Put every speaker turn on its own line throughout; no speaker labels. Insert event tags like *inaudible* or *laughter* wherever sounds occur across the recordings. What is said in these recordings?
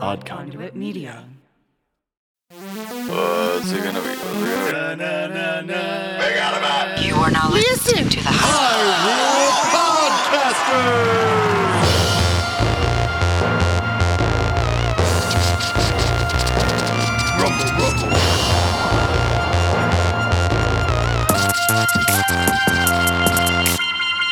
Odd Conduit Media.
What's it gonna be? What's it gonna be?
You are now listening to the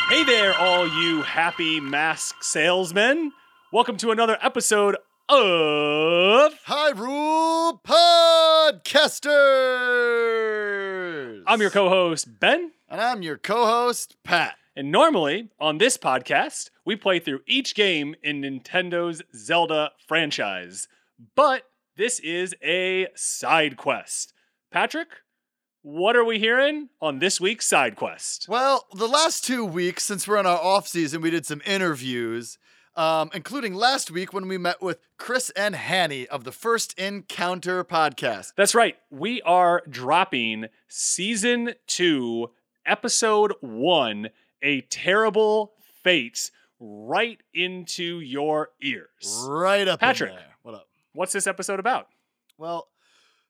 Hey there, all you happy mask salesmen. Welcome to another episode of.
Hyrule Podcasters!
I'm your co host, Ben.
And I'm your co host, Pat.
And normally on this podcast, we play through each game in Nintendo's Zelda franchise. But this is a side quest. Patrick, what are we hearing on this week's side quest?
Well, the last two weeks, since we're in our off season, we did some interviews, um, including last week when we met with Chris and Hanny of the First Encounter podcast.
That's right. We are dropping season two, episode one, A Terrible Fate, right into your ears.
Right up in
Patrick.
there. What up?
What's this episode about?
Well,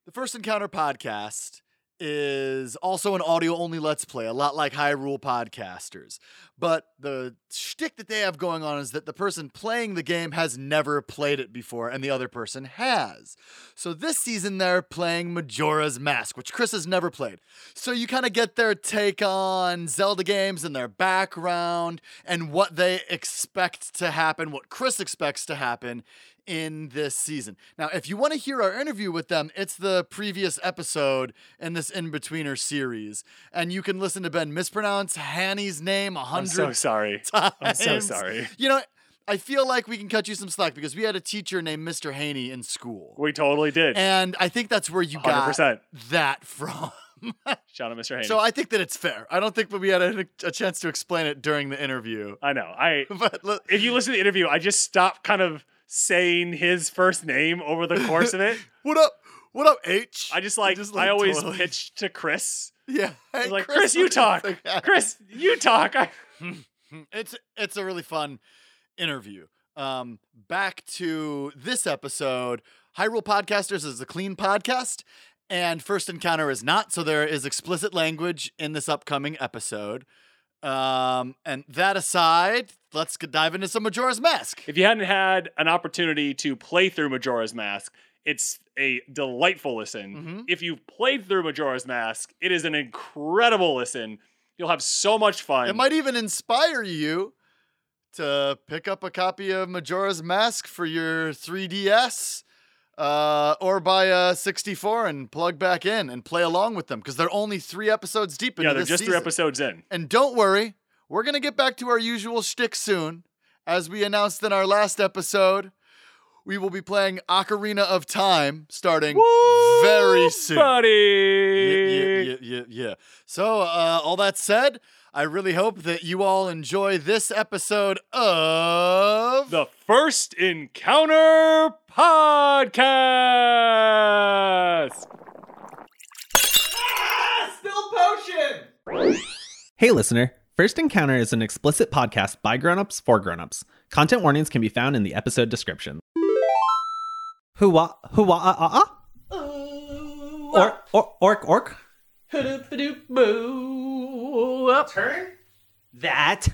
the First Encounter podcast is also an audio only Let's Play, a lot like Hyrule Podcasters. But the shtick that they have going on is that the person playing the game has never played it before, and the other person has. So this season, they're playing Majora's Mask, which Chris has never played. So you kind of get their take on Zelda games and their background and what they expect to happen, what Chris expects to happen in this season. Now, if you want to hear our interview with them, it's the previous episode in this In Betweener series. And you can listen to Ben mispronounce Hanny's name a
I'm so
hundred
sorry.
times.
I'm so sorry.
You know, I feel like we can cut you some slack because we had a teacher named Mr. Haney in school.
We totally did.
And I think that's where you got
100%.
that from.
Shout out, Mr. Haney.
So I think that it's fair. I don't think that we had a, a chance to explain it during the interview. *laughs*
I know. I
But look,
if you listen to the interview, I just stopped kind of saying his first name over the course of it.
what up? What up, H?
I
*laughs*
just like,
Just,
I always
totally-
pitch to Chris.
*laughs* Yeah. Hey,
It's like, Chris, you
what do
talk.
think happened?"
Chris, you talk. I-
Mm, It's it's a really fun interview. Um, back to this episode. Hyrule Podcasters is a clean podcast, and First Encounter is not. So there is explicit language in this upcoming episode. Um, and that aside, let's g- dive into some Majora's Mask.
*laughs* If you hadn't had an opportunity to play through Majora's Mask, it's a delightful listen.
Mhm.
If you've played through Majora's Mask, it is an incredible listen. You'll have so much fun.
It might even inspire you to pick up a copy of Majora's Mask for your 3DS uh, or buy a 64 and plug back in and play along with them because they're only three episodes deep into
yeah, they're
this
just three
season.
episodes in.
And don't worry, we're going to get back to our usual shtick soon. As we announced in our last episode, we will be playing Ocarina of Time starting very soon. Yeah,
Buddy.
yeah, yeah, yeah, yeah. So, uh, all that said, I really hope that you all enjoy this episode of
The First Encounter Podcast.
Hey, listener. First Encounter is an explicit podcast by grown-ups for grown-ups. Content warnings can be found in the episode description. Hua hua ah ah ah. Orc orc orc orc. Turn that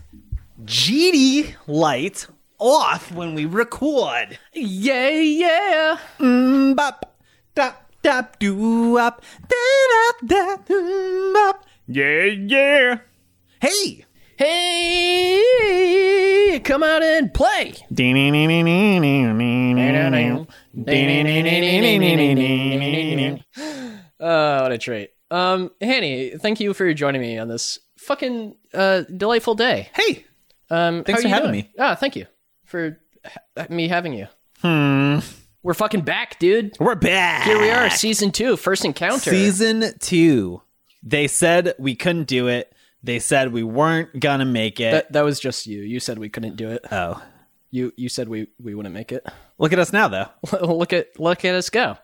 GD light off when we record. Yeah yeah. Mm bop dap dap doo up da da da mm, bop. Yeah yeah. Hey.
Hey, come out and play.
Mm-hmm.
Oh, what a treat. Um, Hanny, thank you for joining me on this fucking uh, delightful day.
Hey.
Um,
Thanks
how are
for
you
having
doing?
me.
Ah, thank you for ha- me having you.
Hmm.
We're fucking back, dude.
We're back.
Here we are, season two, first encounter.
Season two. They said we couldn't do it. They said we weren't gonna make it.
that, that was just you. You said we couldn't do it.
oh,
You you said we, we wouldn't make it.
look at us now, though.
*laughs* look at look at us go.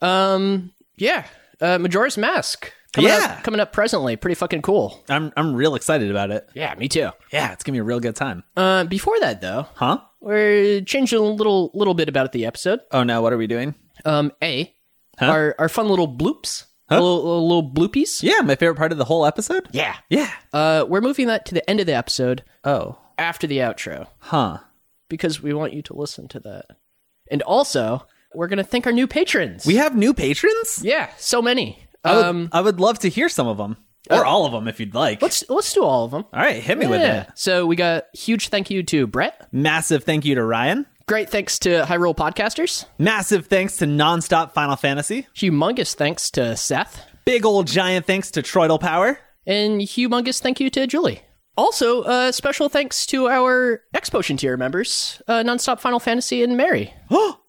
Um, yeah, uh, Majora's Mask. Coming
Yeah.
Up, coming up presently. Pretty fucking cool.
I'm I'm real excited about it.
Yeah, me too.
Yeah, it's gonna be a real good time.
Uh, before that, though,
Huh?
we're changing a little little bit about the episode.
Oh no, what are we doing?
Um, a
Huh?
our our fun little bloops, little, little little bloopies.
Yeah, my favorite part of the whole episode?
Yeah.
Yeah.
Uh, we're moving that to the end of the episode
Oh.
after the outro
Huh.
because we want you to listen to that, and also we're gonna thank our new patrons.
We have new patrons?
yeah, so many.
I would,
Um, uh,
I would love to hear some of them. Or all of them if you'd like.
let's let's do all of them.
All right, hit me with
Yeah.
it.
So we got huge thank you to Brett.
Massive thank you to Ryan.
Great thanks to Hyrule Podcasters.
Massive thanks to Nonstop Final Fantasy.
Humongous thanks to Seth.
Big old giant thanks to Troidal Power.
And humongous thank you to Julie. Also, uh, special thanks to our X Potion tier members, uh, Nonstop Final Fantasy
*gasps*
and Mary.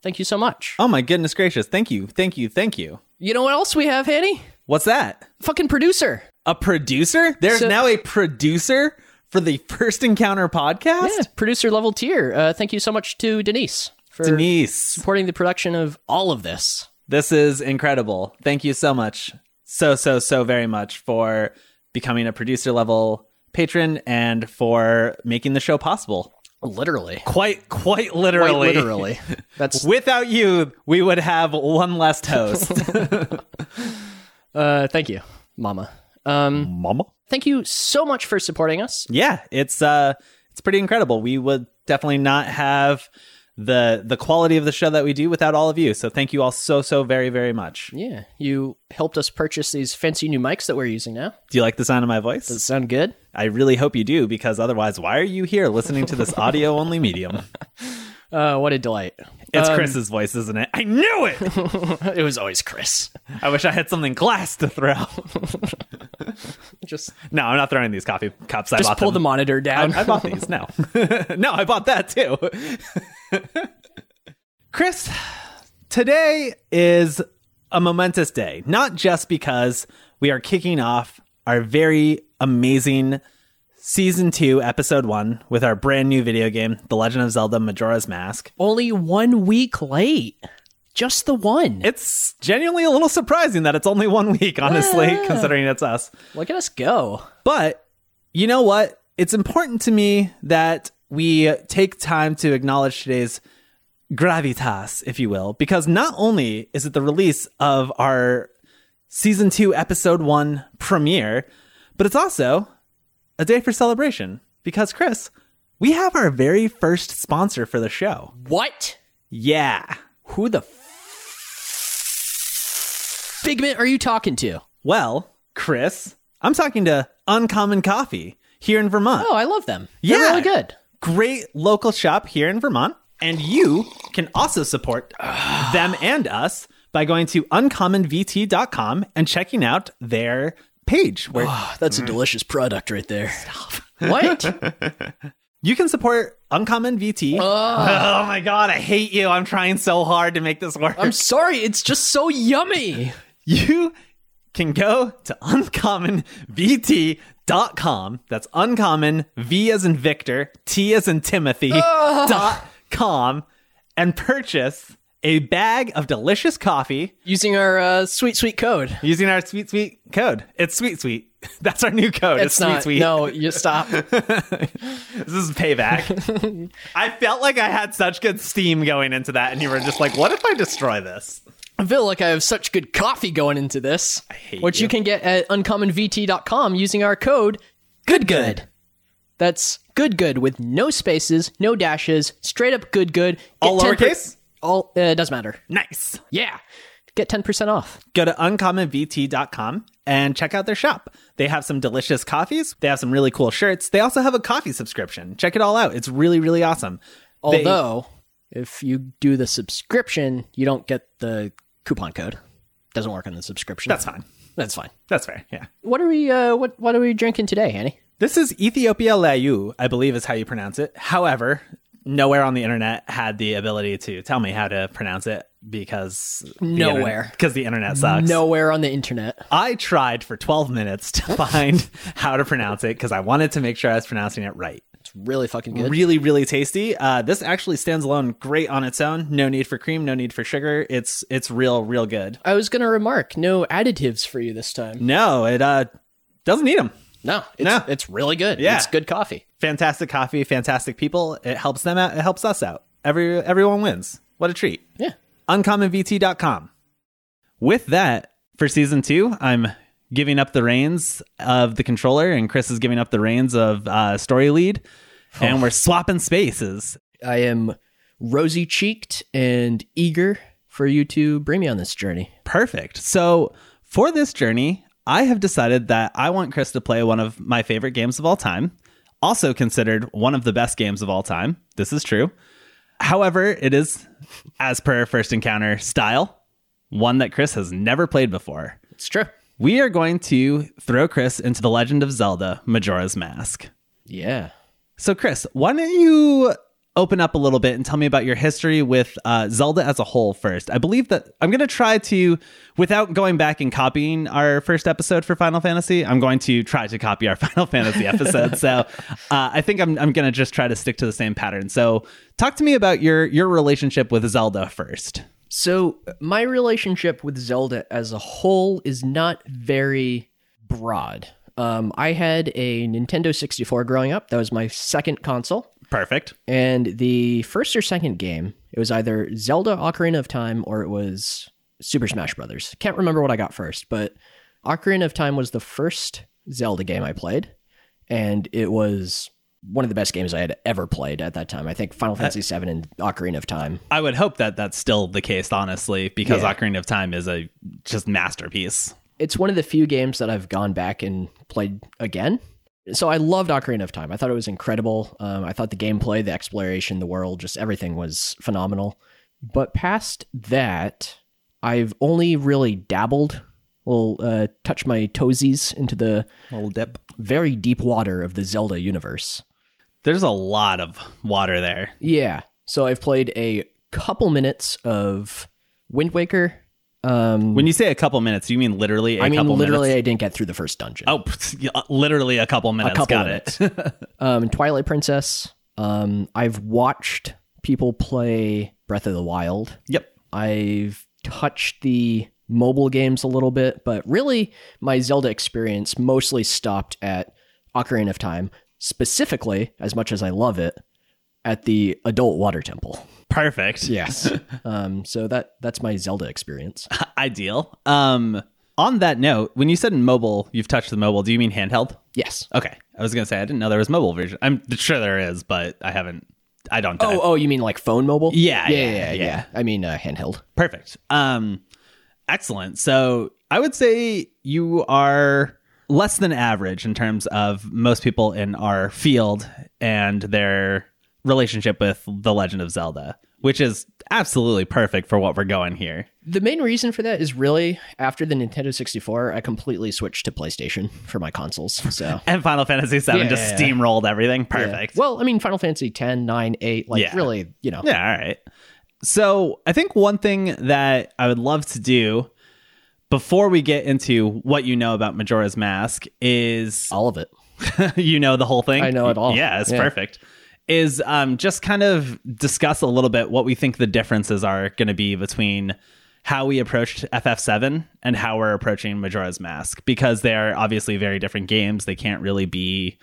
thank you so much.
Oh my goodness gracious. Thank you. Thank you. Thank you.
You know what else we have, Hanny?
What's that?
Fucking producer.
A producer? There's
So-
now a producer for the First Encounter podcast?
Yeah, producer level tier. Uh, thank you so much to Denise for
Denise,
supporting the production of all of this.
this is incredible. Thank you so much. So, so, so very much for becoming a producer level patron and for making the show possible.
Literally.
Quite, quite
Quite
literally.
literally.
*laughs*
That's
Without you, we would have one less
*laughs*
host.
uh, thank you, Mama. Um,
Mama?
thank you so much for supporting us.
yeah it's uh it's pretty incredible we would definitely not have the the quality of the show that we do without all of you so thank you all so so very very much
Yeah, you helped us purchase these fancy new mics that we're using now.
do you like the sound of my voice
Does it sound good?
i really hope you do because otherwise why are you here listening to this audio only
*laughs*
medium
Uh, what a delight.
it's
Um,
chris's voice isn't it i knew it
*laughs* it was always Chris.
i wish i had something glass to throw *laughs*
Just
no i'm not throwing these coffee cups i
just
bought
pull the
them
monitor down.
I bought these no *laughs* no i bought that too *laughs* Chris, today is a momentous day, not just because we are kicking off our very amazing season two, episode one, with our brand new video game, The Legend of Zelda Majora's Mask.
Only one week late. Just the one.
It's genuinely a little surprising that it's only one week, honestly, considering it's us.
Look at us go.
But you know what? It's important to me that we take time to acknowledge today's gravitas, if you will, because not only is it the release of our season two, episode one premiere, but it's also a day for celebration because, Chris, we have our very first sponsor for the show.
What?
Yeah.
Who the f- figment are you talking to?
Well, Chris, I'm talking to Uncommon Coffee here in Vermont.
Oh, I love them. They're
Yeah.
really good.
great local shop here in Vermont. And you can also support them and us by going to uncommonvt.com and checking out their page where
*sighs* That's a delicious product right there. Mm. *laughs* What?
you can support Uncommon VT. *laughs* Oh. my God, I hate you. I'm trying so hard to make this work.
I'm sorry. It's just so *laughs* yummy.
you can go to uncommonvt.com. That's uncommon V as in Victor, T as in Timothy dot com and purchase a bag of delicious coffee
Using our uh, sweet, sweet code.
using our sweet sweet code. It's sweet sweet. *laughs* That's our new code. It's,
It's not.
sweet sweet.
No, you stop.
This is payback.
*laughs*
I felt like I had such good steam going into that and you were just like, what if I destroy this?
I feel like I have such good coffee going into this, which you. can get at uncommonvt.com using our code good good. That's good good with no spaces, no dashes, straight up good good. Get
All
10%
lowercase?
all uh, it doesn't matter.
Nice.
Yeah. Get 10% off.
go to uncommonvt.com and check out their shop. They have some delicious coffees. They have some really cool shirts. They also have a coffee subscription. Check it all out. It's really, really awesome. They-
Although, if you do the subscription, you don't get the coupon code. Doesn't work on the subscription.
that's fine.
That's fine.
That's fair. Yeah.
What are we uh what what are we drinking today, Annie?
This is Ethiopia Layu, I believe is how you pronounce it. However, nowhere on the internet had the ability to tell me how to pronounce it because
Nowhere.
because the internet sucks.
Nowhere on the internet.
I *laughs* tried for 12 minutes to find how to pronounce it because I wanted to make sure I was pronouncing it right.
It's really fucking good.
Really, really tasty. Uh, this actually stands alone, great on its own. No need for cream, no need for sugar. It's it's real, real good.
I was gonna remark, no additives for you this time.
No, it uh, doesn't need them.
No, it's,
No.
it's really good.
Yeah.
It's good coffee.
Fantastic coffee, fantastic people. It helps them out. It helps us out. Every everyone wins. What a treat.
Yeah.
uncommonvt.com. With that, for season two, I'm giving up the reins of the controller, and Chris is giving up the reins of uh, story lead, and we're swapping spaces.
I am rosy cheeked and eager for you to bring me on this journey.
Perfect. So for this journey, I have decided that I want Chris to play one of my favorite games of all time, also considered one of the best games of all time. This is true. However, it is, as per first encounter style, one that Chris has never played before.
It's true.
We are going to throw Chris into The Legend of Zelda Majora's Mask.
Yeah.
So, Chris, why don't you open up a little bit and tell me about your history with uh, Zelda as a whole first? I believe that I'm going to try to, without going back and copying our first episode for Final Fantasy, I'm going to try to copy our *laughs* Final Fantasy episode. So, uh, I think I'm, I'm going to just try to stick to the same pattern. So, talk to me about your your relationship with Zelda first.
So, my relationship with Zelda as a whole is not very broad. Um, I had a Nintendo 64 growing up. That was my second console.
Perfect.
And the first or second game, it was either Zelda Ocarina of Time or it was Super Smash Brothers. Can't remember what I got first, but Ocarina of Time was the first Zelda game I played, and it was one of the best games I had ever played at that time. I think Final Fantasy VII and Ocarina of Time.
I would hope that that's still the case, honestly, because
Yeah.
Ocarina of Time is a just masterpiece.
It's one of the few games that I've gone back and played again. So I loved Ocarina of Time. I thought it was incredible. Um, I thought the gameplay, the exploration, the world, just everything was phenomenal. But past that, I've only really dabbled. Will uh, touch my toesies into the
Little dip.
very deep water of the Zelda universe.
There's a lot of water there.
Yeah. So I've played a couple minutes of Wind Waker. Um,
When you say a couple minutes, you mean literally a
I mean,
couple
literally,
minutes.
I didn't get through the first dungeon.
Oh, *laughs* pfft, yeah, literally a couple minutes.
couple
Got
minutes.
it. *laughs*
Um, Twilight Princess. Um, I've watched people play Breath of the Wild.
yep.
I've touched the mobile games a little bit, but really my Zelda experience mostly stopped at Ocarina of Time, specifically, as much as I love it, at the adult water temple.
Perfect.
Yes. *laughs* um, so that that's my Zelda experience.
Ideal. Um, on that note, when you said mobile, you've touched the mobile. Do you mean handheld?
Yes.
Okay. I was gonna say I didn't know there was mobile version. I'm sure there is, but I haven't. I don't. dive
Oh, oh, you mean like phone mobile?
Yeah,
yeah,
yeah,
yeah. yeah,
yeah.
yeah. I mean uh, handheld.
Perfect. Um, excellent. So I would say you are less than average in terms of most people in our field and their relationship with The Legend of Zelda, which is absolutely perfect for what we're going here.
The main reason for that is really after the Nintendo 64, I completely switched to PlayStation for
*laughs*
my consoles. So.
And Final Fantasy VII
Yeah,
just
yeah, yeah.
steamrolled everything.
Yeah.
Perfect. Yeah.
Well, I mean, Final Fantasy 10, 9, 8, like
Yeah.
really, you know.
all right. So I think one thing that I would love to do before we get into what you know about Majora's Mask is
All of it.
*laughs* you know the whole thing.
I know it all.
Yeah, it's
Yeah.
perfect. Is um, just kind of discuss a little bit what we think the differences are going to be between how we approached FF7 and how we're approaching Majora's Mask because they are obviously very different games. They can't really be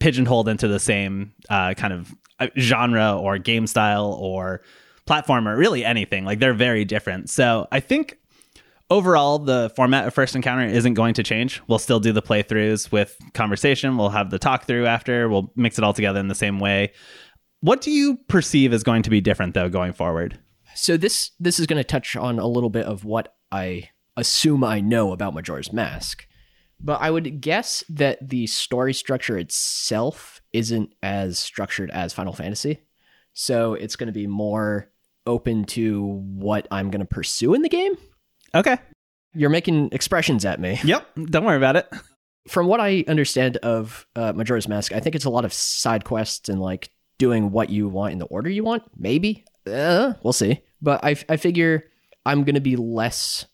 pigeonholed into the same uh, kind of uh, genre or game style or platform or really anything. Like they're very different. So I think overall the format of first encounter isn't going to change we'll still do the playthroughs with conversation we'll have the talk through after we'll mix it all together in the same way what do you perceive as going to be different though going forward
So this this is going to touch on a little bit of what I assume I know about Majora's Mask. But I would guess that the story structure itself isn't as structured as Final Fantasy. So it's going to be more open to what I'm going to pursue in the game.
okay
You're making expressions at me.
yep don't worry about it
from what I understand of uh, Majora's Mask, I think it's a lot of side quests and like doing what you want in the order you want. Maybe uh, we'll see. But I f- I figure I'm gonna be less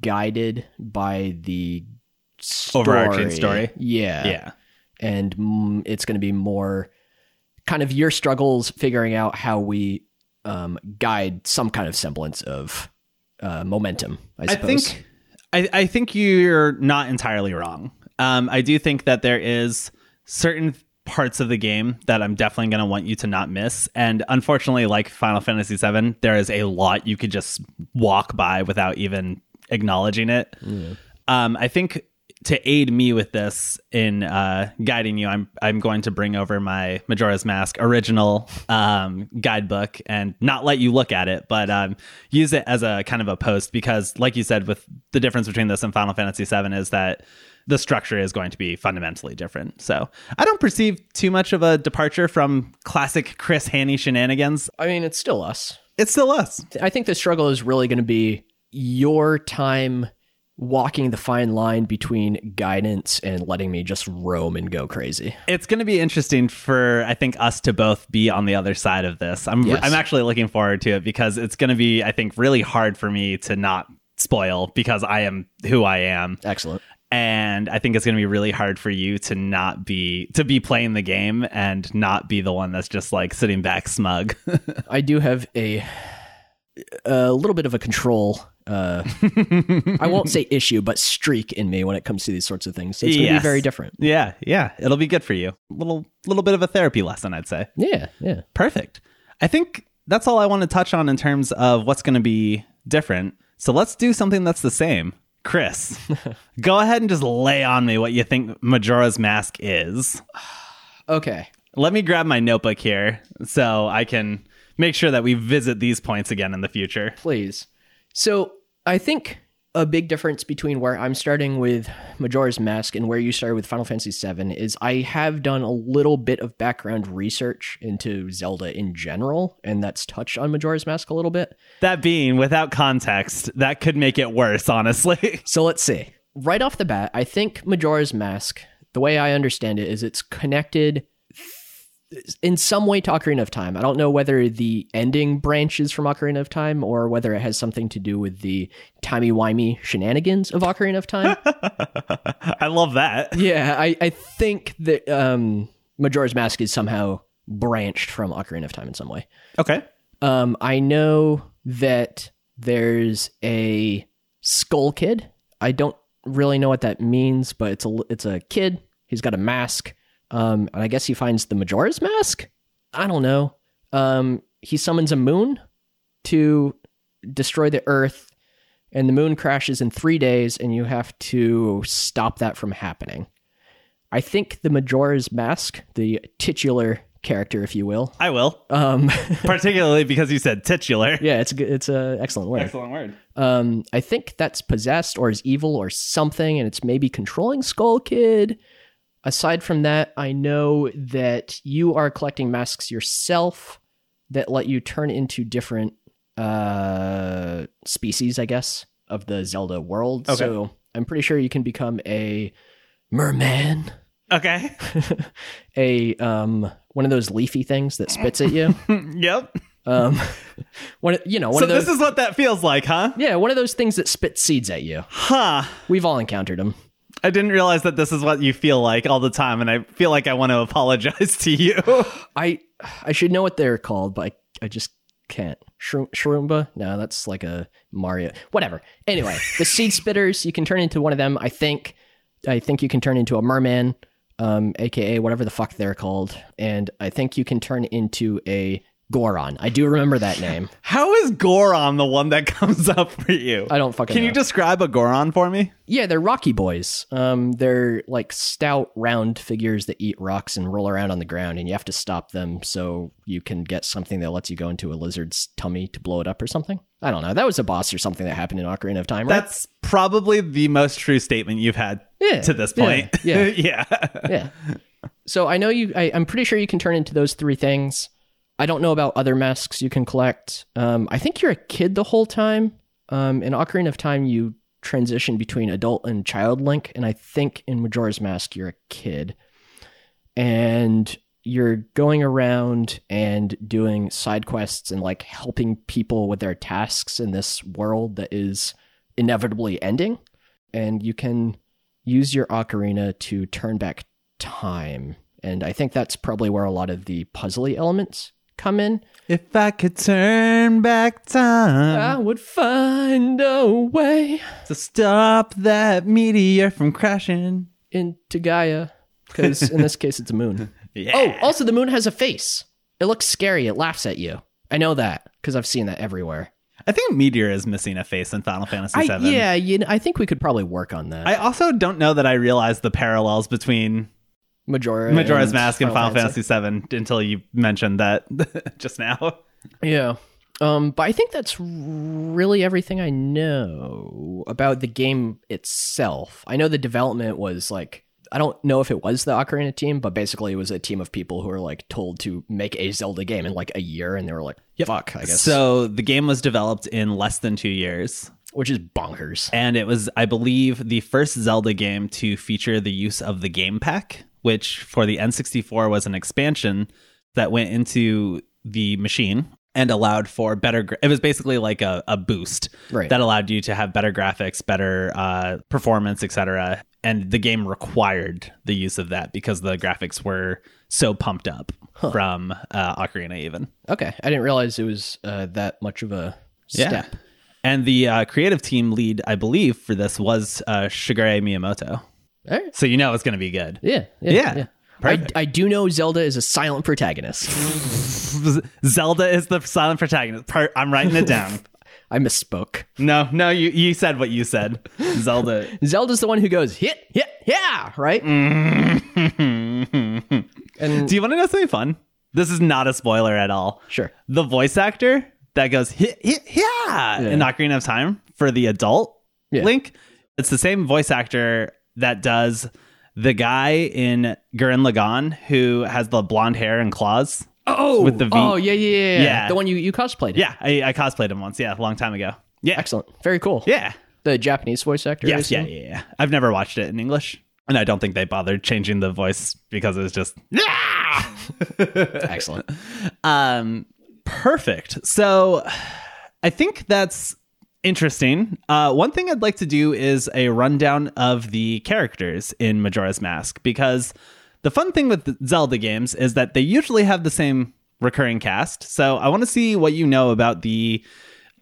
guided by the story. Uh,
Overarching story?
Yeah,
yeah
and mm, it's gonna be more kind of your struggles figuring out how we um, guide some kind of semblance of uh, momentum. I
I
suppose.
think I, I think you're not entirely wrong. Um, I do think that there is certain parts of the game that I'm definitely going to want you to not miss. And unfortunately, like Final Fantasy VII, there is a lot you could just walk by without even acknowledging it. Um, I think to aid me with this in uh, guiding you, I'm I'm going to bring over my Majora's Mask original um, guidebook and not let you look at it, but um, use it as a kind of a post because, like you said, with the difference between this and Final Fantasy VII is that the structure is going to be fundamentally different. So I don't perceive too much of a departure from classic Chris Haney shenanigans.
I mean, it's still us.
It's still us.
I think the struggle is really going to be your time walking the fine line between guidance and letting me just roam and go crazy.
It's going to be interesting for I think us to both be on the other side of this. I'm
Yes.
I'm actually looking forward to it because it's going to be I think really hard for me to not spoil because I am who I am
Excellent.
and I think it's going to be really hard for you to not be to be playing the game and not be the one that's just like sitting back smug. *laughs*
I do have a a little bit of a control. Uh, I won't *laughs* say issue, but streak in me when it comes to these sorts of things. So it's going to
Yes.
be very different.
yeah, yeah, it'll be good for you. Little little bit of a therapy lesson I'd say.
Yeah, yeah.
Perfect. I think that's all I want to touch on in terms of what's going to be different. So let's do something that's the same. *laughs* Chris, go ahead and just lay on me what you think Majora's Mask is.
Okay.
Let me grab my notebook here so I can make sure that we visit these points again in the future.
please. So I think a big difference between where I'm starting with Majora's Mask and where you started with Final Fantasy VII is I have done a little bit of background research into Zelda in general, and that's touched on Majora's Mask a little bit.
That being without context, that could make it worse, honestly. *laughs*
So let's see. Right off the bat, I think Majora's Mask, the way I understand it, is it's connected in some way to Ocarina of Time. I don't know whether the ending branch is from Ocarina of Time or whether it has something to do with the timey-wimey shenanigans of Ocarina of Time.
I love that.
yeah, I, I think that um, Majora's Mask is somehow branched from Ocarina of Time in some way.
Okay.
Um, I know that there's a Skull Kid. I don't really know what that means, but it's a it's a kid. He's got a mask, um, and I guess he finds the Majora's Mask. I don't know. Um, he summons a moon to destroy the Earth, and the moon crashes in three days, and you have to stop that from happening. I think the Majora's Mask, the titular character, if you will,
I will,
um,
particularly because you said titular.
Yeah, it's a good, it's a excellent word.
Excellent word.
Um, I think that's possessed or is evil or something, and it's maybe controlling Skull Kid. Aside from that, I know that you are collecting masks yourself that let you turn into different uh, species, I guess, of the Zelda world.
Okay.
So I'm pretty sure you can become a merman,
Okay. *laughs*
a um, one of those leafy things that spits at
*laughs*
you.
yep.
um, one, of- you know, one
so
of those.
this is what that feels like, huh?
Yeah, one of those things that spits seeds at you.
Huh.
We've all encountered them.
I didn't realize that this is what you feel like all the time, and I feel like I want to *laughs* apologize to you. *laughs*
I I should know what they're called, but I, I just can't. Shroom, shroomba? No, that's like a Mario. Whatever. *laughs* Anyway, the seed spitters, you can turn into one of them, I think. I think you can turn into a merman, um, aka whatever the fuck they're called. And I think you can turn into a Goron. I do remember that name.
How is Goron the one that *laughs* comes up for you?
I don't fucking
Can
know.
you describe a Goron for me?
Yeah, they're Rocky Boys. Um, they're like stout, round figures that eat rocks and roll around on the ground, and you have to stop them so you can get something that lets you go into a lizard's tummy to blow it up or something. I don't know. That was a boss or something that happened in Ocarina of Time, right?
That's probably the most true statement you've had
Yeah,
to this
yeah,
point.
yeah.
*laughs* yeah.
yeah. So I know you. I, I'm pretty sure you can turn into those three things. I don't know about other masks you can collect. Um, I think you're a kid the whole time. Um, in Ocarina of Time, you transition between adult and child Link, and I think in Majora's Mask, you're a kid, and you're going around and doing side quests and like helping people with their tasks in this world that is inevitably ending. And you can use your ocarina to turn back time And I think that's probably where a lot of the puzzly elements come in.
If I could turn back time
I would find a way
to stop that meteor from crashing.
into Gaia. Because in this case, it's a moon.
*laughs*
Oh, also, the moon has a face. It looks scary. It laughs at you. I know that because I've seen that everywhere.
I think Meteor is missing a face in Final Fantasy
I,
VII.
yeah, you know, I think we could probably work on that.
I also don't know that I realized the parallels between
Majora,
Majora's Mask and Final Fantasy. VII until you mentioned that *laughs* just now.
Yeah. Um, but I think that's really everything I know about the game itself. I know the development was like I don't know if it was the Ocarina team, but basically it was a team of people who were like told to make a Zelda game in like a year, and they were like, "Fuck," I guess,
So the game was developed in less than two years,
which is bonkers.
and it was, I believe, the first Zelda game to feature the use of the Game Pack, which for the N64 was an expansion that went into the machine and allowed for better. Gra- it was basically like a, a boost
Right.
that allowed you to have better graphics, better uh, performance, etc. And the game required the use of that because the graphics were so pumped up from uh, Ocarina, even.
Okay, I didn't realize it was uh, that much of a
Yeah.
step.
And the uh, creative team lead, I believe, for this was uh, Shigeru Miyamoto.
All right.
So you know it's going to be good. *laughs*
Yeah, yeah,
Yeah,
I,
perfect.
I do know Zelda is a silent protagonist.
Zelda is the silent protagonist. Per- I'm writing it down.
I misspoke.
no, no, you, you said what you said. Zelda.
Zelda's the one who goes hit, hit, yeah, right?
Mm.
And
Do you want to know something fun? This is not a spoiler at all.
sure,
The voice actor that goes hit, hit, yeah, in Ocarina of Time for the adult
Yeah.
Link, it's the same voice actor that does the guy in Gurren Lagann who has the blonde hair and claws.
Oh,
With the V.
oh yeah, yeah, yeah, yeah.
Yeah.
The one you you cosplayed.
Yeah, I, I cosplayed him once. Yeah, a long time ago. Yeah,
excellent, very cool.
yeah,
the Japanese voice actor. I
yes, yeah,
assume?
yeah, yeah. I've never watched it in English, and I don't think they bothered changing the voice because it was just
excellent. *laughs*
um perfect. So, I think that's interesting. Uh, one thing I'd like to do is a rundown of the characters in Majora's Mask because the fun thing with the Zelda games is that they usually have the same recurring cast. So, I want to see what you know about the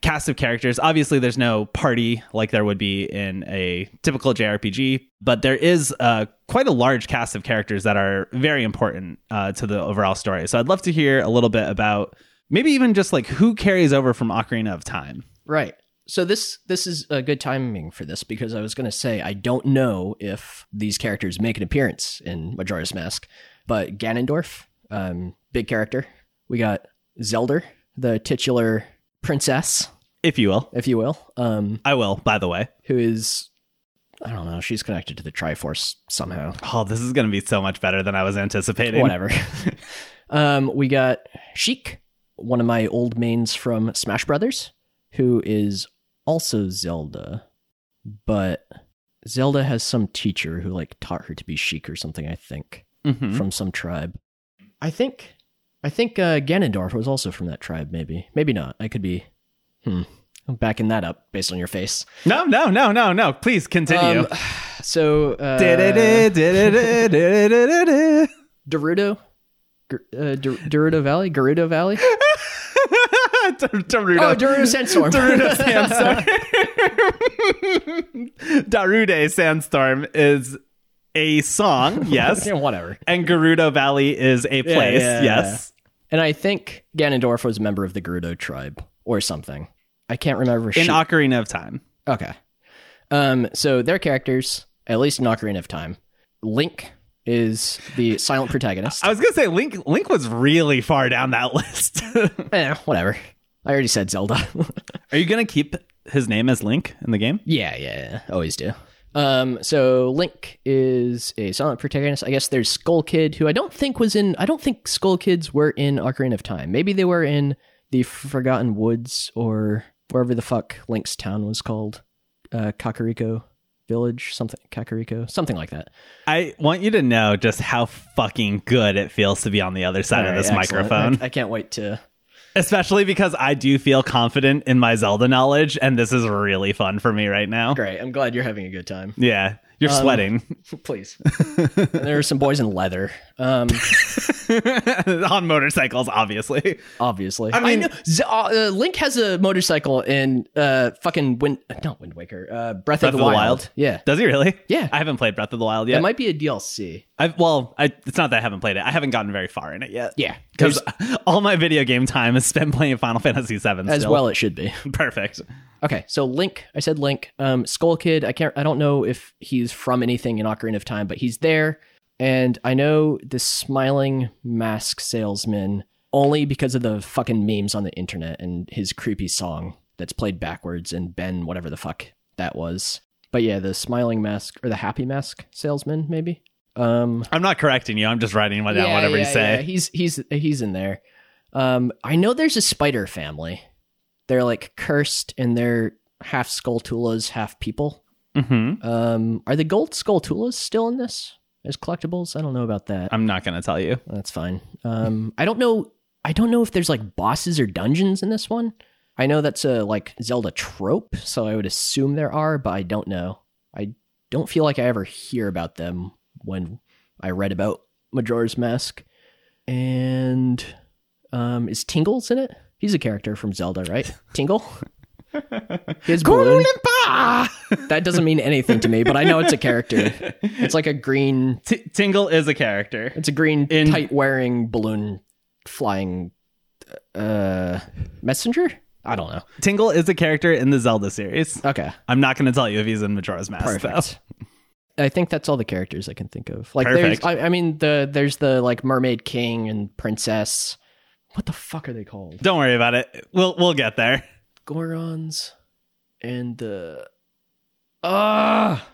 cast of characters. Obviously, there's no party like there would be in a typical JRPG, but there is uh, quite a large cast of characters that are very important uh, to the overall story. So I'd love to hear a little bit about maybe even just like who carries over from Ocarina of Time.
Right. So this this is a good timing for this because I was going to say I don't know if these characters make an appearance in Majora's Mask, but Ganondorf, um, big character. We got Zelda, the titular princess,
If you will.
if you will. Um,
I will, by the way.
who is I don't know, she's connected to the Triforce somehow.
Oh, this is going to be so much better than I was anticipating.
Whatever. *laughs* um, we got Sheik, one of my old mains from Smash Brothers, who is also Zelda, but Zelda has some teacher who like taught her to be Sheik or something, I think,
Mhm.
from some tribe. I think I think uh, Ganondorf was also from that tribe, maybe. Maybe not. I could be hmm. I'm backing that up based on your face.
No, no, no, no, no. Please continue. *laughs*
Um, so uh,
Da-da-da-da-da-da-da-da.
Gerudo, Ger- uh, Ger- Gerudo Valley, Gerudo Valley. Oh,
Darudo.
Gerudo Oh,
*laughs*
Sandstorm.
Darude
*laughs*
Sandstorm. *laughs* Darude Sandstorm is a *laughs* song, yes.
Yeah, whatever.
And Gerudo Valley is a place,
yeah,
yes.
And I think Ganondorf was a member of the Gerudo tribe or something. I can't remember.
In
shit.
Ocarina of Time.
okay. Um. So their characters, at least in Ocarina of Time, Link is the silent protagonist.
I was gonna say Link Link was really far down that *laughs* list.
Eh, whatever. I already said Zelda. *laughs*
Are you gonna keep his name as Link in the game?
Yeah, yeah, yeah. always do. Um, so Link is a silent protagonist. I guess there's Skull Kid, who I don't think was in. I don't think Skull Kids were in Ocarina of Time. Maybe they were in the Forgotten Woods or wherever the fuck Link's town was called, uh, Kakariko Village, something Kakariko, something like that.
I want you to know just how fucking good it feels to be on the other side of
All right,
this
excellent.
microphone.
I, I can't wait to.
Especially because I do feel confident in my Zelda knowledge, and this is really fun for me right now.
Great, I'm glad you're having a good time. *laughs*
Yeah. You're sweating
Please. And there are some boys in leather. Um,
*laughs* on motorcycles, obviously.
obviously.
I
I
mean-
know Z- uh, uh, Link has a motorcycle in uh fucking Wind not Wind Waker, uh Breath, of the, Wild. Yeah.
Does he really?
Yeah.
I haven't played Breath of the Wild
It
yet.
might be a DLC.
I've, well, I, it's not that I haven't played it. I haven't gotten very far in it yet.
Yeah.
Because all my video game time is spent playing Final Fantasy VII.
As
still.
well it should be.
*laughs* Perfect.
Okay, so Link, I said Link. Um, Skull Kid, I can't, I don't know if he's from anything in Ocarina of Time, but he's there. And I know the smiling mask salesman only because of the fucking memes on the internet and his creepy song that's played backwards and Ben, whatever the fuck that was. But yeah, the smiling mask or the happy mask salesman, maybe. Um,
I'm not correcting you. I'm just writing down whatever you say.
He's he's he's in there. Um, I know there's a spider family. They're like cursed and they're half skulltulas, half people.
hmm
Um, are the gold skulltulas still in this as collectibles? I don't know about that.
I'm not going to tell you.
That's fine. Um, I don't know. I don't know if there's like bosses or dungeons in this one. I know that's a like Zelda trope, so I would assume there are, but I don't know. I don't feel like I ever hear about them when I read about Majora's Mask. And um, is Tingles in it? He's a character from Zelda, right? Tingle. His balloon. That doesn't mean anything to me, but I know it's a character. It's like a green
*laughs* T- Tingle is a character.
it's a green
In-
tight wearing balloon flying uh messenger? I don't know.
Tingle is a character in the Zelda series.
Okay.
I'm not going to tell you if he's in Majora's Mask.
Perfect. I think that's all the characters I can think of. Like
Perfect.
there's I, I mean the there's the like mermaid king and princess. What the fuck are they called?
Though. Don't worry about it. We'll we'll get there.
Gorons and the Ah,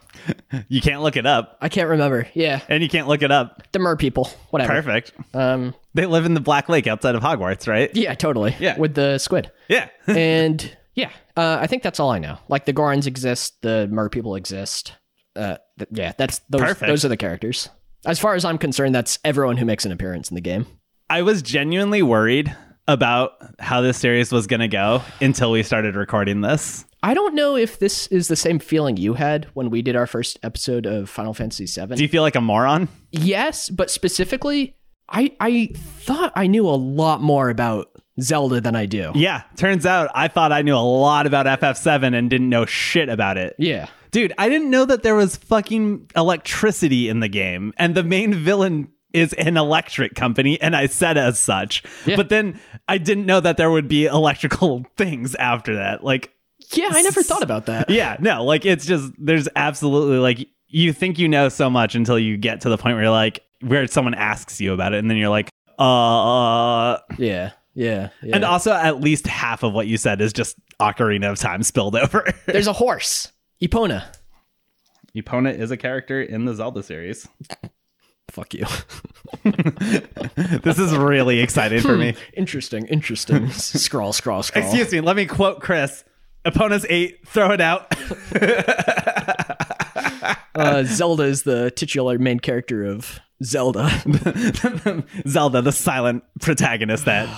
You can't look it up,
I can't remember. Yeah,
and you can't look it up.
the mer people, whatever.
Perfect.
Um
They live in the Black Lake outside of Hogwarts, right?
yeah, totally.
Yeah.
With the squid.
Yeah.
and
*laughs*
yeah, uh, I think that's all I know. Like the Gorons exist, the Mer people exist. Uh, th- yeah, that's those.
Perfect.
Those are the characters. As far as I'm concerned, that's everyone who makes an appearance in the game.
I was genuinely worried about how this series was going to go until we started recording this.
I don't know if this is the same feeling you had when we did our first episode of Final Fantasy VII.
Do you feel like a moron?
yes, but specifically, I I thought I knew a lot more about Zelda than I do.
Yeah. Turns out I thought I knew a lot about FF7 and didn't know shit about it.
Yeah.
Dude, I didn't know that there was fucking electricity in the game, and the main villain is an electric company, and I said as such.
Yeah.
But then I didn't know that there would be electrical *laughs* things after that. Like,
Yeah, I never thought about that.
yeah, no, like it's just there's absolutely like you think you know so much until you get to the point where you're like where someone asks you about it, and then you're like, uh. uh.
Yeah. Yeah. yeah.
And uh, also, at least half of what you said is just Ocarina of Time spilled *laughs* over.
there's a horse, Epona.
Epona is a character in the Zelda series.
Fuck you.
*laughs*
*laughs*
This is really exciting for *laughs* me.
Interesting,
*laughs*
interesting. S- scroll, scroll, scroll.
Excuse me, let me quote Chris. Opponents eight, throw it out. *laughs*
Uh, Zelda is the titular main character of Zelda. *laughs*
Zelda, the silent protagonist *sighs* that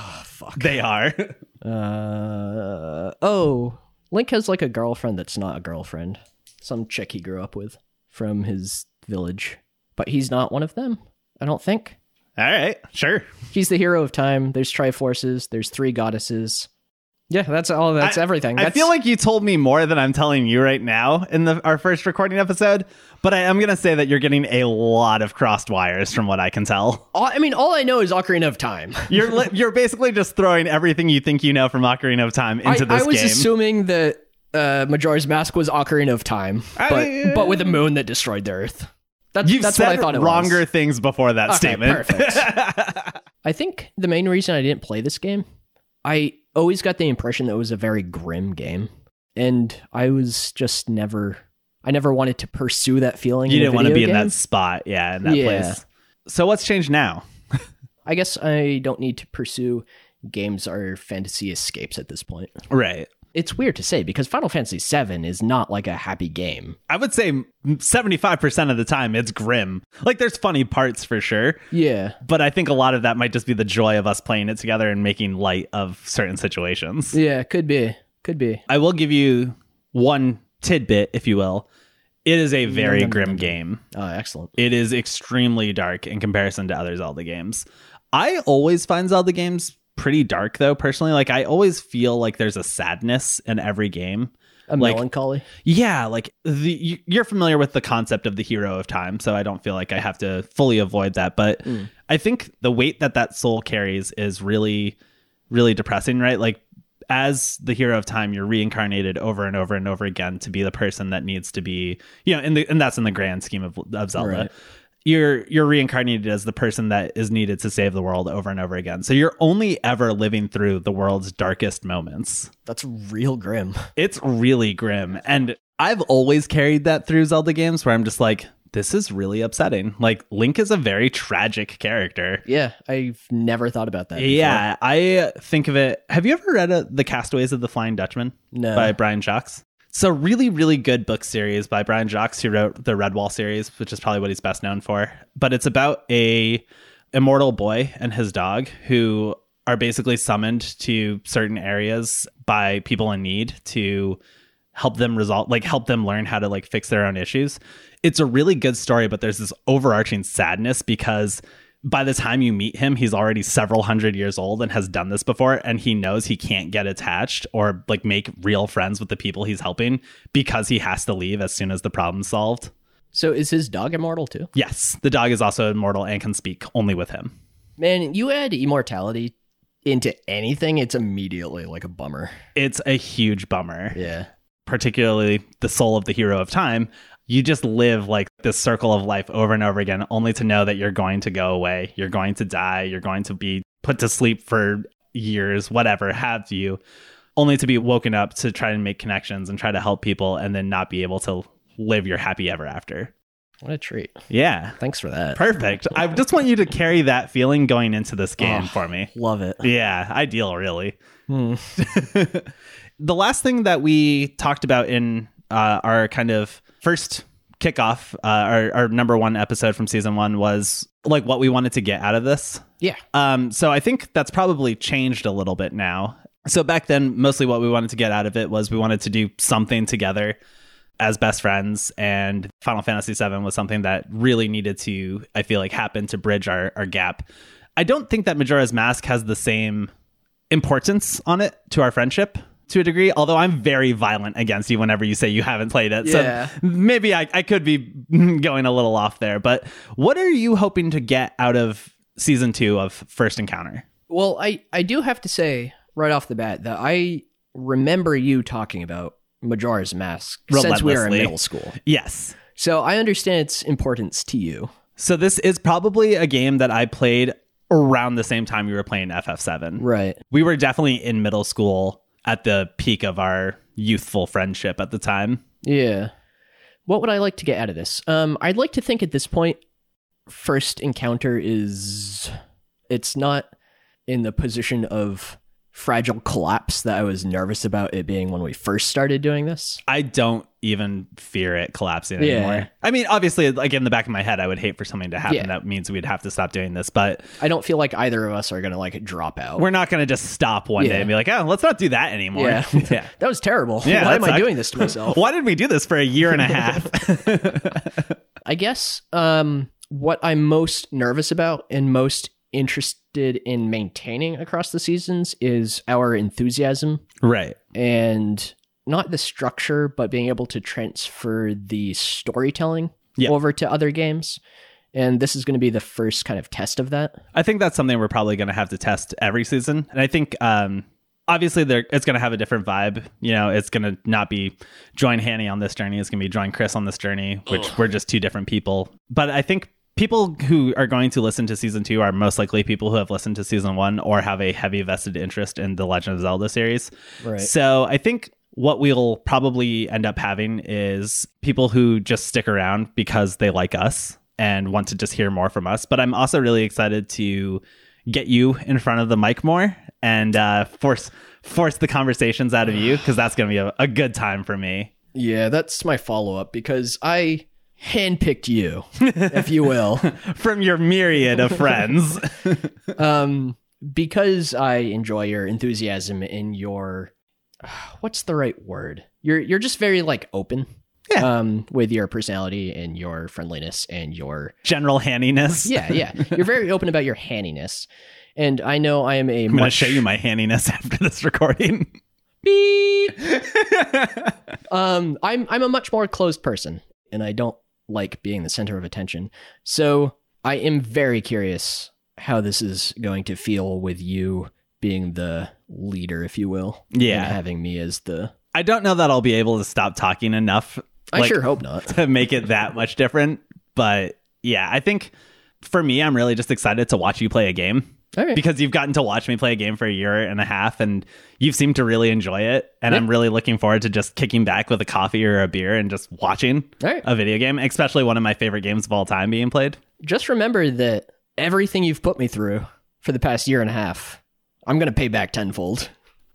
they are. *laughs*
uh, oh, Link has like a girlfriend that's not a girlfriend. Some chick he grew up with from his village, but he's not one of them. I don't think
All right, sure.
he's the hero of time. There's Triforces. There's three goddesses. Yeah, that's all. That's
I-
everything.
I
That's,
feel like you told me more than I'm telling you right now in the, our first recording episode, but I am going to say that you're getting a lot of crossed wires from what I can tell. *laughs*
all, I mean, all I know is Ocarina of Time. *laughs*
You're li- you're basically just throwing everything you think you know from Ocarina of Time into
I,
this
I was
game.
assuming that uh, Majora's Mask was Ocarina of Time, but,
I- uh,
but with a moon that destroyed the Earth. That's,
You've
that's
said
what I thought it
wronger
was.
things before that
Okay,
statement.
perfect. I think the main reason I didn't play this game, I always got the impression that it was a very grim game, and I was just never, I never wanted to pursue that
*laughs*
feeling.
you
in a
didn't want to be
video
in
game.
that spot, yeah, in that
Yeah.
place. So what's changed now?
I guess I don't need to pursue games or fantasy escapes at this point.
Right.
It's weird to say because Final Fantasy VII is not like a happy game.
I would say 75% of the time it's grim. Like there's funny parts for sure,
Yeah,
but I think a lot of that might just be the joy of us playing it together and making light of certain situations.
yeah, could be, could be.
I will give you one tidbit, if you will. It is a very
nom, nom,
grim
nom.
game.
Oh, excellent.
It is extremely dark in comparison to other Zelda games. I always find Zelda games pretty dark though personally like I always feel like there's a sadness in every game.
A
Like-
melancholy.
Yeah, like the you- you're familiar with the concept of the hero of time, so I don't feel like I have to fully avoid that, but I think the weight that that soul carries is really really depressing, right? Like as the hero of time, you're reincarnated over and over and over again to be the person that needs to be, you know, in the and that's in the grand scheme of of Zelda.
Right.
You're you're reincarnated as the person that is needed to save the world over and over again. So you're only ever living through the world's darkest moments
That's real grim.
it's really grim and i've always carried that through zelda games where i'm just like this is really upsetting like link is a very tragic character
Yeah, I've never thought about that.
yeah i think of it have you ever read uh the castaways of the flying dutchman
No.
by brian jocks it's a really really good book series by brian jocks who wrote the redwall series which is probably what he's best known for but it's about a immortal boy and his dog who are basically summoned to certain areas by people in need to help them resolve like help them learn how to like fix their own issues it's a really good story but there's this overarching sadness because by the time you meet him he's already several hundred years old and has done this before and he knows he can't get attached or like make real friends with the people he's helping because he has to leave as soon as the problem's solved
So is his dog immortal too?
yes the dog is also immortal and can speak only with him
Man, you add immortality into anything, it's immediately like a bummer.
it's a huge bummer
Yeah.
particularly the soul of the hero of time, you just live like this circle of life over and over again, only to know that you're going to go away, you're going to die, you're going to be put to sleep for years, whatever have you, only to be woken up to try and make connections and try to help people and then not be able to live your happy ever after.
What a treat.
Yeah.
Thanks for that.
Perfect. I just want you to carry that feeling going into this game
Oh.
for me.
Love it.
Yeah, ideal, really.
Hmm.
*laughs* the last thing that we talked about in uh, our kind of first kickoff, uh, our, our number one episode from season one was like what we wanted to get out of this.
Yeah.
Um, so I think that's probably changed a little bit now. So back then, mostly what we wanted to get out of it was we wanted to do something together as best friends, and Final Fantasy VII was something that really needed to, I feel like, happen to bridge our, our gap. I don't think that Majora's Mask has the same importance on it to our friendship to a degree, although I'm very violent against you whenever you say you haven't played it.
Yeah.
So maybe I, I could be *laughs* going a little off there. But what are you hoping to get out of season two of First Encounter?
Well, I, I do have to say right off the bat that I remember you talking about Majora's Mask since we were in
Relentlessly.
middle school.
Yes.
So I understand its importance to you.
So this is probably a game that I played around the same time you were playing FF7.
Right.
We were definitely in middle school at the peak of our youthful friendship at the time.
Yeah. What would I like to get out of this? Um, I'd like to think at this point, first encounter is it's not in the position of fragile collapse that I was nervous about it being when we first started doing this.
I don't even fear it collapsing
Yeah.
anymore. I mean, obviously, like in the back of my head, I would hate for something to happen.
Yeah.
That means we'd have to stop doing this, but
I don't feel like either of us are gonna like drop out.
we're not going to just stop one
Yeah.
day and be like, oh, let's not do that anymore.
yeah.
*laughs*
*laughs*
yeah.
that was terrible.
Yeah,
Why
that
am I
sucked.
doing this
*laughs*
to myself?
Why did we do this for a year and a half?
*laughs*
*laughs*
I guess um, what I'm most nervous about and most interested in maintaining across the seasons is our enthusiasm
right.
and not the structure, but being able to transfer the storytelling
Yeah.
over to other games. And this is going to be the first kind of test of that.
I think that's something we're probably going to have to test every season. And I think um, obviously there it's going to have a different vibe. You know, it's going to not be join Hanny on this journey. It's going to be join Chris on this journey, which we're just two different people. But I think people who are going to listen to season two are most likely people who have listened to season one or have a heavy vested interest in the Legend of Zelda series.
Right.
So I think what we'll probably end up having is people who just stick around because they like us and want to just hear more from us. But I'm also really excited to get you in front of the mic more and uh, force force the conversations out of you because that's going to be a, a good time for me.
Yeah, that's my follow up because I handpicked *laughs* you, if you will.
From your myriad of friends,
*laughs* um, because I enjoy your *sighs* enthusiasm and your what's the right word? You're you're just very like open.
Yeah.
um, with your personality and your friendliness and your
General hanniness.
*laughs* yeah yeah you're very open about your handiness and i know i am a
I'm gonna
much
show you my hanniness after this
*laughs*
recording.
beep. um, I'm I'm a much more closed person, and I don't like being the center of attention. So I am very curious how this is going to feel with you being the leader, if you will.
Yeah.
and having me as the.
I don't know that I'll be able to stop talking enough.
I
like,
sure hope
*laughs*
not.
to make it that much different. But yeah, I think for me, I'm really just excited to watch you play a game
Okay.
because you've gotten to watch me play a game for a year and a half and you've seemed to really enjoy it. And I'm really looking forward to just kicking back with a coffee or a beer and just watching
All right.
a video game, especially one of my favorite games of all time being played.
Just remember that everything you've put me through for the past year and a half, I'm going to pay back tenfold.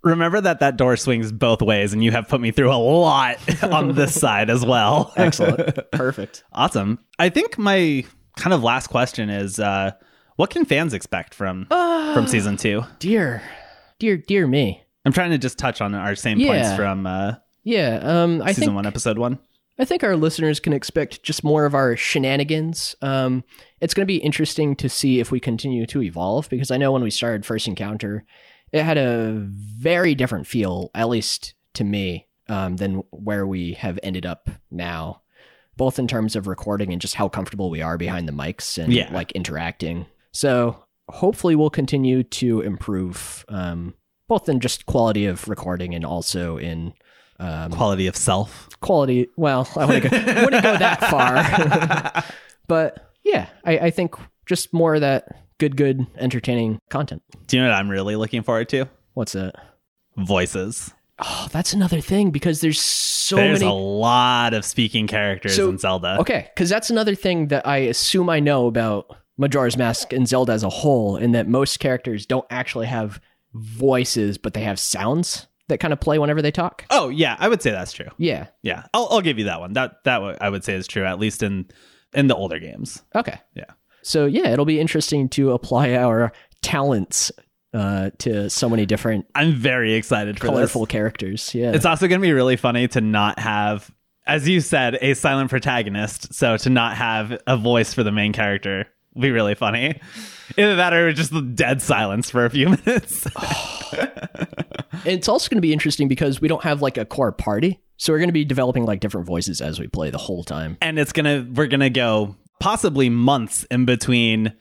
Remember that that door swings both ways and you have put me through a lot *laughs* on this side as well.
Excellent. Perfect.
*laughs* Awesome. I think my kind of last question is uh, what can fans expect from
Ah.
from season two?
Dear, dear, dear me.
I'm trying to just touch on our same points
Yeah.
from uh,
Yeah. Um, I
season
think
one, episode one.
I think our listeners can expect just more of our shenanigans. Um, it's going to be interesting to see if we continue to evolve because I know when we started First Encounter, it had a very different feel, at least to me, um, than where we have ended up now, both in terms of recording and just how comfortable we are behind the mics and
Yeah.
like interacting. So hopefully we'll continue to improve um, both in just quality of recording and also in. Um,
Quality of self.
quality. Well, I *laughs* wouldn't go,
*laughs*
wouldn't go that far. but yeah, I, I think just more of that good, good, entertaining content.
Do you know what I'm really looking forward to?
What's that?
Voices.
Oh, that's another thing because there's so
There's a
many.
lot of speaking characters
So-
in Zelda.
Okay, because that's another thing that I assume I know about Majora's Mask and Zelda as a whole, in that most characters don't actually have voices, but they have sounds that kind of play whenever they talk.
Oh yeah, I would say that's true.
Yeah.
Yeah, I'll, I'll give you that one. That that wa- I would say is true at least in in the older games.
Okay.
Yeah.
So yeah, it'll be interesting to apply our talents uh, to so many different
I'm very excited for this.
colorful characters. Yeah.
It's also going to be really funny to not have, as you said, a silent protagonist. So to not have a voice for the main character would be really funny. Either that or just the dead silence for a few *laughs* minutes.
it's also going to be interesting because we don't have like a core party, so we're going to be developing like different voices as we play the
*laughs*
whole time.
and it's going to, we're going to go possibly months in between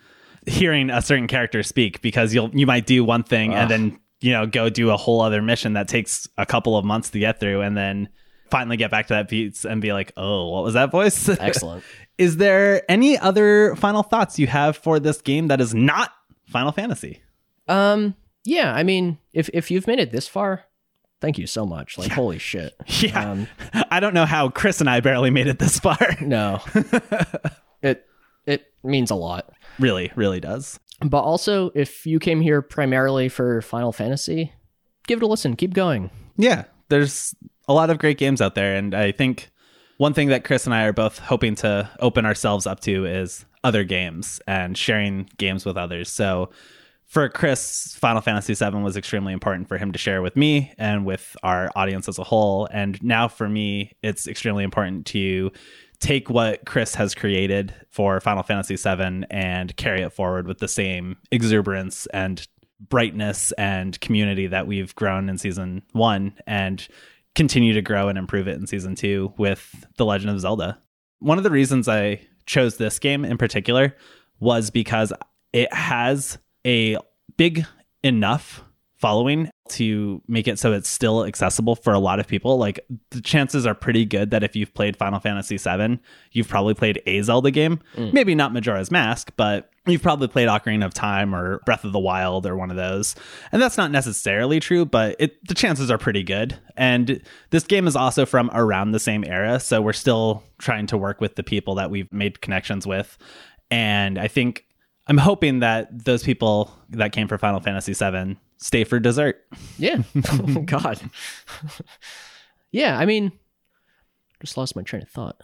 hearing a certain character speak because you'll, you might do one thing and then, you know, go do a whole other mission that takes a couple of months to get through and then finally get back to that piece and be like, oh, what was that voice?
Excellent.
Is there any other final thoughts you have for this game that is not Final Fantasy? *laughs*
um. Yeah. I mean, if if you've made it this far, thank you so much.
*laughs*
Like, holy shit.
Yeah.
Um,
I don't know how Chris and I barely made it this far. *laughs*
no. it it means a lot.
really, really does.
But also, if you came here primarily for Final Fantasy, give it a listen. Keep going.
Yeah. There's a lot of great games out there. And I think one thing that Chris and I are both hoping to open ourselves up to is other games and sharing games with others. So for Chris, Final Fantasy VII was extremely important for him to share with me and with our audience as a whole. And now for me, it's extremely important to take what Chris has created for Final Fantasy VII and carry it forward with the same exuberance and brightness and community that we've grown in season one and continue to grow and improve it in season two with The Legend of Zelda one of the reasons I chose this game in particular was because it has a big enough following to make it so it's still accessible for a lot of people. Like the chances are pretty good that if you've played Final Fantasy VII, you've probably played a Zelda game. Maybe not Majora's Mask, but you've probably played Ocarina of Time or Breath of the Wild or one of those. And that's not necessarily true, but it the chances are pretty good. And this game is also from around the same era, so we're still trying to work with the people that we've made connections with. And I think I'm hoping that those people that came for Final Fantasy VII stay for dessert.
*laughs* Yeah. Oh,
*laughs*
God. yeah, I mean, just lost my train of thought.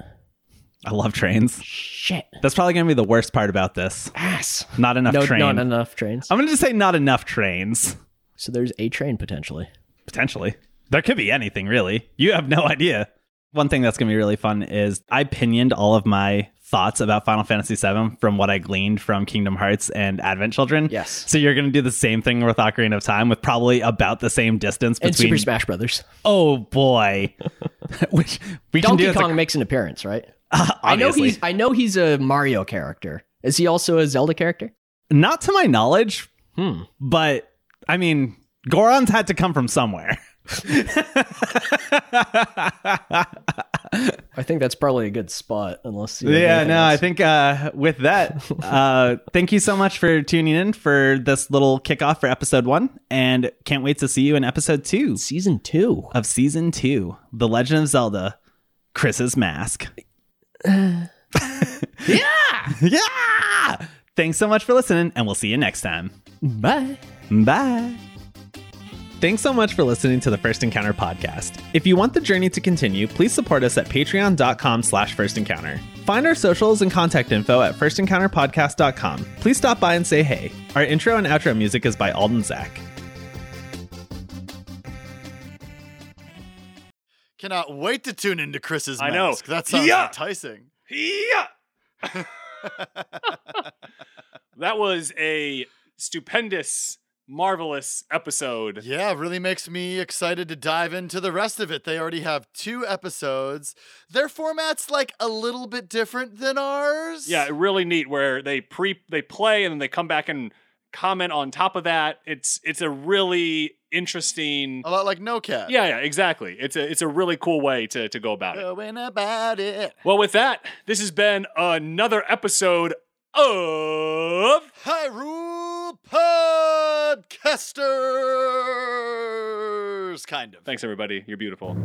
I love trains.
Shit.
That's probably going to be the worst part about this.
Ass.
Not enough
No,
train. Um,
not enough trains.
I'm going to just say not enough trains.
so there's a train potentially.
Potentially. There could be anything, really. You have no idea. One thing that's going to be really fun is I pinioned all of my thoughts about Final Fantasy VII from what I gleaned from Kingdom Hearts and Advent Children.
Yes.
So you're going to do the same thing with Ocarina of Time with probably about the same distance *laughs*
and
between.
Super
*laughs*
Smash Brothers.
oh boy. *laughs* Which we can do
Donkey
as a-
Kong makes an appearance, right? I know
*laughs* obviously.
he's I know he's a Mario character. Is he also a Zelda character?
Not to my knowledge,
Hmm.
but I mean, Goron's had to come from somewhere. *laughs*
I think that's probably a good spot, unless you have
Yeah,
anything
no, I
else.
think uh, with that, uh, thank you so much for tuning in for this little kickoff for episode one, and can't wait to see you in episode two
season two.
of season two, The Legend of Zelda, Chris's Mask. yeah, *laughs* yeah. Thanks so much for listening, and we'll see you next time.
Bye.
Bye. Thanks so much for listening to the First Encounter podcast. If you want the journey to continue, please support us at patreon.com slash first encounter. Find our socials and contact info at firstencounterpodcast.com. Please stop by and say hey. Our intro and outro music is by Alden Zach.
Cannot wait to tune into Chris's
I
mask.
know.
That sounds
Yeah.
enticing.
Yeah. *laughs* that was a stupendous, marvelous episode.
Yeah, really makes me excited to dive into the rest of it. They already have two episodes. Their format's like a little bit different than ours.
Yeah, really neat where they pre they play and then they come back and comment on top of that. It's it's a really interesting
A lot like No Cat.
Oh, Yeah, yeah, exactly. It's a it's a really cool way to to go about it.
Going about it.
Well, with that, this has been another episode of
Hyrule Podcasters! Kind of.
Thanks everybody. You're beautiful.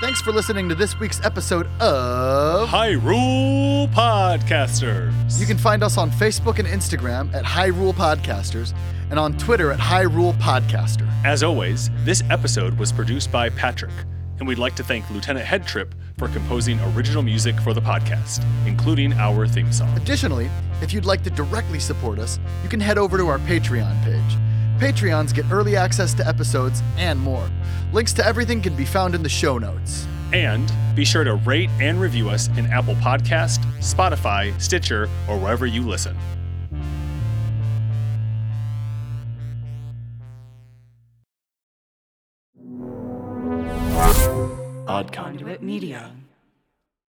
Thanks for listening to this week's episode of.
Hyrule Podcasters.
You can find us on Facebook and Instagram at Hyrule Podcasters and on Twitter at Hyrule Podcaster.
As always, this episode was produced by Patrick, and we'd like to thank Lieutenant Headtrip for composing original music for the podcast, including our theme song.
Additionally, if you'd like to directly support us, you can head over to our Patreon page. Patreons get early access to episodes and more. Links to everything can be found in the show notes.
And be sure to rate and review us in Apple Podcast, Spotify, Stitcher, or wherever you listen.
Conduit Media.